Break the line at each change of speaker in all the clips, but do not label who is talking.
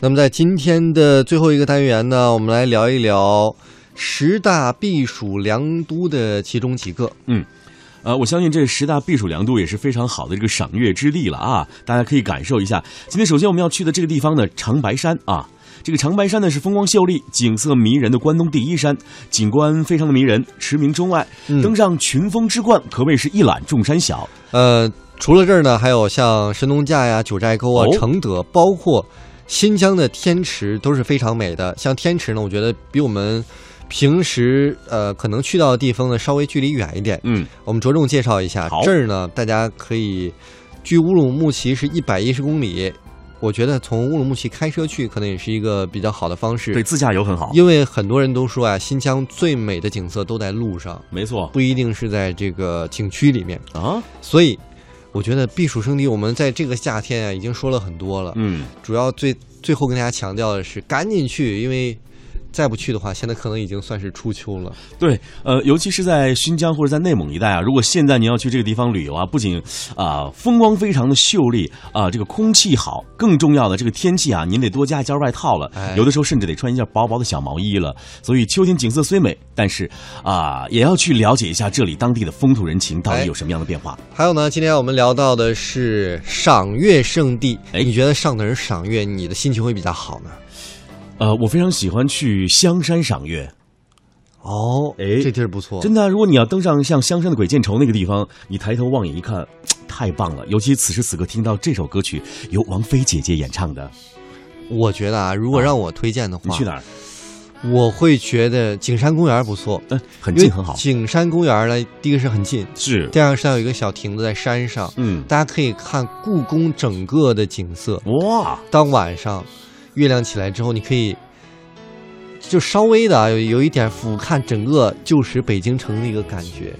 那么在今天的最后一个单元呢，我们来聊一聊十大避暑良都的其中几个。
呃，我相信这十大避暑良都也是非常好的这个赏月之地了啊，大家可以感受一下。今天首先我们要去的这个地方呢，长白山啊。这个长白山呢是风光秀丽、景色迷人的关东第一山，景观非常的迷人，驰名中外。
嗯
登上群峰之冠，可谓是一览众山小。
呃，除了这儿呢，还有像神农架呀、九寨沟啊、
哦
承德，包括新疆的天池都是非常美的。像天池呢，我觉得比我们平时呃可能去到的地方呢稍微距离远一点，
嗯，
我们着重介绍一下。
好
这儿呢，大家可以距乌鲁木齐是一百一十公里，我觉得从乌鲁木齐开车去可能也是一个比较好的方式。
对，自驾游很好，
因为很多人都说啊，新疆最美的景色都在路上，
没错
不一定是在这个景区里面。
啊，
所以，我觉得避暑胜地，我们在这个夏天啊，已经说了很多了。
嗯，
主要最最后跟大家强调的是，赶紧去，因为再不去的话，现在可能已经算是初秋了。
对，呃，尤其是在新疆或者在内蒙一带啊，如果现在您要去这个地方旅游啊，不仅啊、风光非常的秀丽啊、这个空气好，更重要的这个天气啊，您得多加一件外套了，
哎
有的时候甚至得穿一件薄薄的小毛衣了。所以秋天景色虽美，但是啊、也要去了解一下这里当地的风土人情到
哎
底有什么样的变化。
还有呢，今天我们聊到的是赏月胜地。
哎
你觉得上哪儿赏月，你的心情会比较好呢？
呃，我非常喜欢去香山赏月，
哦，
哎
这地儿不错，
真的啊、如果你要登上像香山的鬼见愁那个地方，你抬头望眼一看，嘖太棒了！尤其此时此刻听到这首歌曲，由王菲姐姐演唱的，
我觉得啊，如果让我推荐的
你
话，
去哪儿？
我会觉得景山公园不错，
嗯，很
呃因为
近，很好，
景山公园呢，第一个是很近，
是，
第二个是它有一个小亭子在山上，
嗯，
大家可以看故宫整个的景色。
哇，
当晚上月亮起来之后，你可以就稍微的啊有有一点俯瞰整个旧时北京城的一个感觉，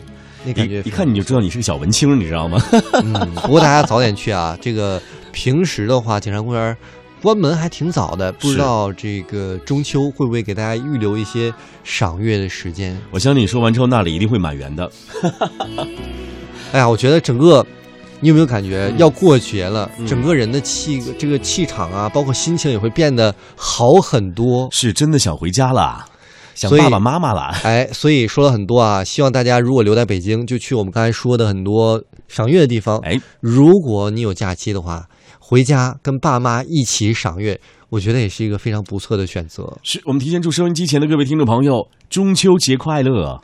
那感觉
一一看你就知道你是个小文青，你知道吗？
嗯，不过大家早点去啊。这个平时的话，景山公园关门还挺早的，不知
是
道这个中秋会不会给大家预留一些赏月的时间。
我相信你说完之后，那里一定会满员的。
哎呀，我觉得整个，你有没有感觉要过节了，整个人的气这个气场啊，包括心情也会变得好很多。
是真的想回家了，想
所以
爸爸妈妈了。
哎，所以说了很多啊，希望大家如果留在北京，就去我们刚才说的很多赏月的地方。
哎，
如果你有假期的话，回家跟爸妈一起赏月，我觉得也是一个非常不错的选择。
是我们提前祝收音机前的各位听众朋友中秋节快乐。